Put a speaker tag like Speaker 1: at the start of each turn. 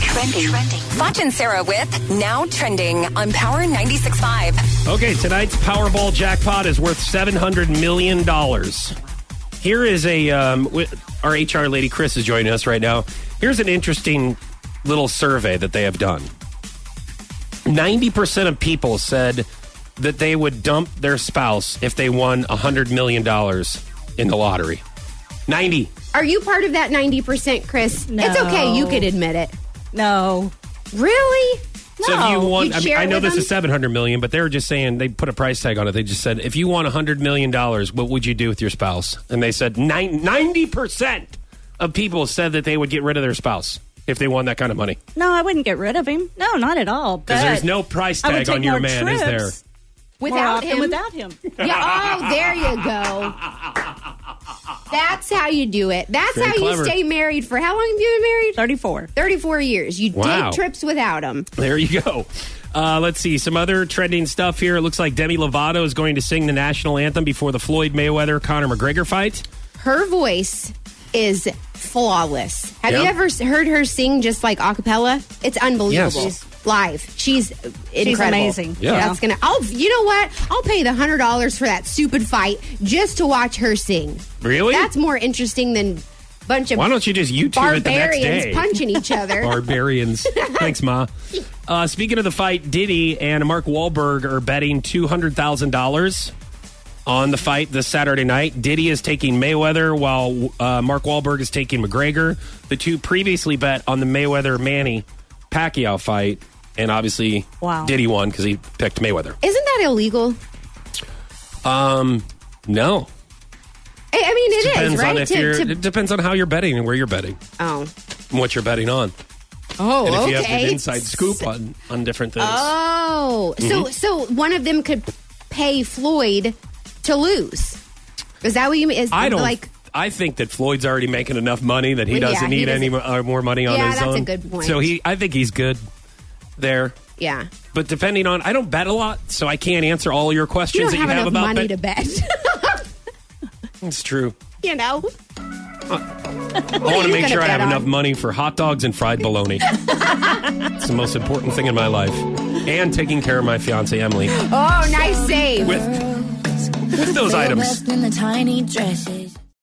Speaker 1: Trending. Foch and Sarah with Now Trending on Power 96.5.
Speaker 2: Okay, tonight's Powerball jackpot is worth $700 million. Here is a, um, wi- our HR lady Chris is joining us right now. Here's an interesting little survey that they have done 90% of people said that they would dump their spouse if they won $100 million in the lottery. 90.
Speaker 3: Are you part of that 90%, Chris?
Speaker 4: No.
Speaker 3: It's okay. You could admit it.
Speaker 4: No.
Speaker 3: Really? No.
Speaker 2: So if you want,
Speaker 3: You'd
Speaker 2: I, mean,
Speaker 3: share
Speaker 2: I know
Speaker 3: with
Speaker 2: this
Speaker 3: them?
Speaker 2: is seven hundred million, but they were just saying they put a price tag on it. They just said, if you want hundred million dollars, what would you do with your spouse? And they said ninety percent of people said that they would get rid of their spouse if they won that kind of money
Speaker 4: No, I wouldn't get rid of him. No, not at all.
Speaker 2: because there's no price
Speaker 4: I would
Speaker 2: tag
Speaker 4: take
Speaker 2: on your
Speaker 4: more
Speaker 2: man, is there?
Speaker 4: trips
Speaker 3: without
Speaker 4: more often
Speaker 3: him.
Speaker 4: Without him.
Speaker 3: yeah, oh, there you go. That's how you do it. That's
Speaker 2: Very
Speaker 3: how
Speaker 2: clever.
Speaker 3: you stay married for how long have you been married?
Speaker 4: 34.
Speaker 3: 34 years. You
Speaker 2: Wow.
Speaker 3: did trips without him.
Speaker 2: There you go. Uh, let's see some other trending stuff here. It looks like Demi Lovato is going to sing the national anthem before the Floyd Mayweather Conor McGregor fight.
Speaker 3: Her voice is flawless. Have you
Speaker 2: Yeah.
Speaker 3: ever s- heard her sing just like a cappella? It's unbelievable.
Speaker 2: Yes.
Speaker 3: Live. She's incredible.
Speaker 4: amazing.
Speaker 2: Yeah.
Speaker 3: That's gonna I'll you know what? I'll pay the hundred dollars for that stupid fight just to watch her sing.
Speaker 2: Really?
Speaker 3: That's more interesting than bunch of
Speaker 2: Why don't you just YouTube it the next
Speaker 3: barbarians
Speaker 2: day?
Speaker 3: punching each other.
Speaker 2: Barbarians. Thanks, Ma. Uh, speaking of the fight, Diddy and Mark Wahlberg are betting two hundred thousand dollars on the fight this Saturday night. Diddy is taking Mayweather, while uh, Mark Wahlberg is taking McGregor. The two previously bet on the Mayweather Manny Pacquiao fight, and obviously,
Speaker 4: Wow.
Speaker 2: Diddy won because he picked Mayweather. Um,
Speaker 3: Isn't that illegal?
Speaker 2: No,
Speaker 3: I, I mean, it is
Speaker 2: depends
Speaker 3: right?
Speaker 2: on if
Speaker 3: To-
Speaker 2: you're.
Speaker 3: to-
Speaker 2: It depends on how you're betting and where you're betting,
Speaker 3: oh,
Speaker 2: and what you're betting on,
Speaker 3: oh,
Speaker 2: and if
Speaker 3: okay.
Speaker 2: you have an inside scoop on on different things.
Speaker 3: Oh, so
Speaker 2: Mm-hmm.
Speaker 3: so one of them could pay Floyd to lose. Is that what you mean? Is
Speaker 2: I don't
Speaker 3: like.
Speaker 2: I think that Floyd's already making enough money that he
Speaker 3: Well, yeah,
Speaker 2: doesn't
Speaker 3: he
Speaker 2: need any
Speaker 3: doesn't-
Speaker 2: mo- uh, more money on
Speaker 3: Yeah,
Speaker 2: his
Speaker 3: that's a
Speaker 2: own.
Speaker 3: good point.
Speaker 2: So he, I think he's good there.
Speaker 3: Yeah,
Speaker 2: But depending on, I don't bet a lot, so I can't answer all your
Speaker 3: you
Speaker 2: questions
Speaker 3: don't
Speaker 2: that you
Speaker 3: have
Speaker 2: have
Speaker 3: enough
Speaker 2: about
Speaker 3: money
Speaker 2: bet-
Speaker 3: to bet.
Speaker 2: It's true.
Speaker 3: you know,
Speaker 2: I want to
Speaker 3: you
Speaker 2: make
Speaker 3: gonna
Speaker 2: sure I have
Speaker 3: bet
Speaker 2: enough
Speaker 3: on?
Speaker 2: money for hot dogs and fried bologna. it's the most important thing in my life, and taking care of my fiance Emily
Speaker 3: oh, nice save.
Speaker 2: with with those items.
Speaker 5: In the tiny dresses.